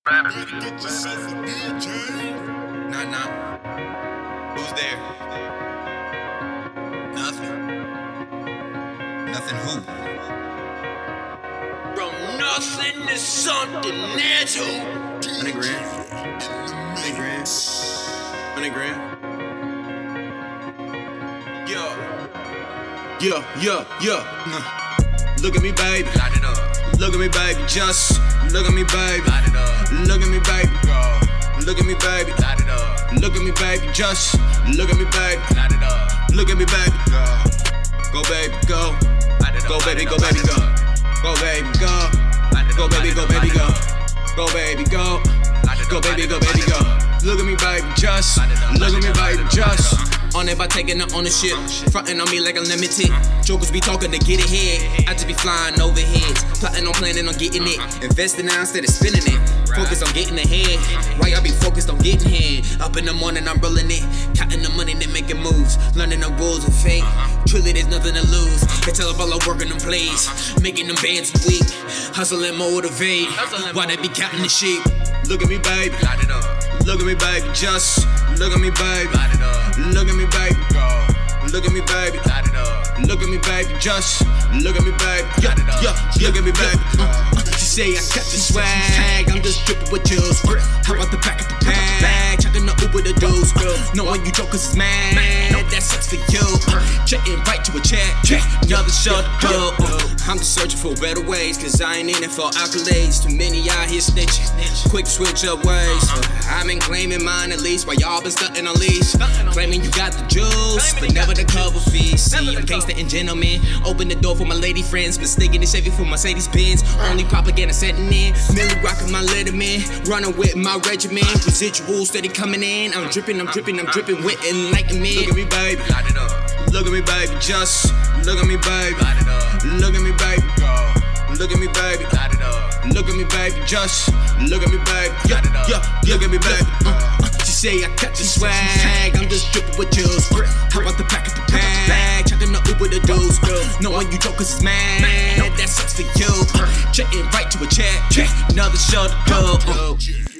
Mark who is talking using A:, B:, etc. A: Nah, nah. Who's there? Nothing. Nothing who?
B: From nothing to something, that's who.
A: 100 grand. 100 grand. 100 grand. Yeah. Yeah, yeah, yeah. Nah. Look at me, baby.
B: Light it up,
A: Look at me, baby. Just look at me, baby.
B: light it up,
A: Look at me, baby.
B: go.
A: Look at me, baby.
B: Light it up,
A: Look at me, baby. Just look at me, baby.
B: light it up,
A: Look at me, baby.
B: go.
A: Go, baby, go.
B: Light it up,
A: Go,
B: light
A: baby,
B: it
A: go,
B: up, light
A: baby,
B: it
A: go.
B: up.
A: Go, baby, go.
B: Light it
A: Go,
B: up,
A: baby,
B: light
A: go,
B: it up,
A: baby,
B: light it
A: go.
B: up.
A: Go, baby, go. Go, baby, go, baby, go. Look at me, baby, just. Look at me, baby, just.
C: On it by taking the ownership. Frontin' on me like I'm limited. Jokers be talking to get ahead. I just be flying over heads. Plotting on planning on getting it. Investing now instead of spending it. Focused on getting ahead. Why y'all be focused on getting here? Up in the morning, I'm rolling it. Counting the money, then making moves. Learning the rules of fate. Truly, there's nothing to lose. They tell about love working them plays. Making them bands weak. Hustling motivate. Why they be counting the sheep?
A: Look at me, baby.
B: Light it up,
A: Look at me, baby, just. Look at me, baby.
B: light it up,
A: Look at me, baby.
B: go.
A: Look at me, baby.
B: Light it up,
A: Look at me, baby, just look at me, baby. Yeah,
C: uh,
A: yeah, look at me, baby. Uh, uh, she say I got the swag, I'm just dripping with juice. Uh, How about the back of the bag? Checking the Uber the dudes. Uh, Knowing you jokers is mad, that sucks for you. Uh, Jetting right to a chat, another shot up. Uh,
C: I'm just searching for better ways, cause I ain't in it for accolades. Too many out here snitching. Quick switch up ways. I've been claiming mine at least, while y'all been stunting on leash. Claiming you got the juice, but never the cover fees. See, I'm gangsta and gentleman. Open the door for my lady friends. Mistaken the Chevy for Mercedes Benz. Only propaganda setting in. Millie rocking my letterman. Running with my regiment. Residuals steady coming in. I'm dripping, I'm dripping, I'm dripping with
A: Look at
C: enlightenment.
A: me, baby.
B: light it up,
A: Look at me, baby. Just look at me, baby.
B: light it up,
A: Look at me, baby.
B: go.
A: Look at me, baby.
B: Light it up,
A: Look at me, baby, just look at me, baby.
B: Light it up.
A: look at me, baby. Uh, uh, she say I got the swag, I'm just dripping with juice. How about the back of the bag? Checking the Uber the dudes. Knowing you jokers is mad, that sucks for you. Uh, Jetting right to a chat, another shut up. Uh,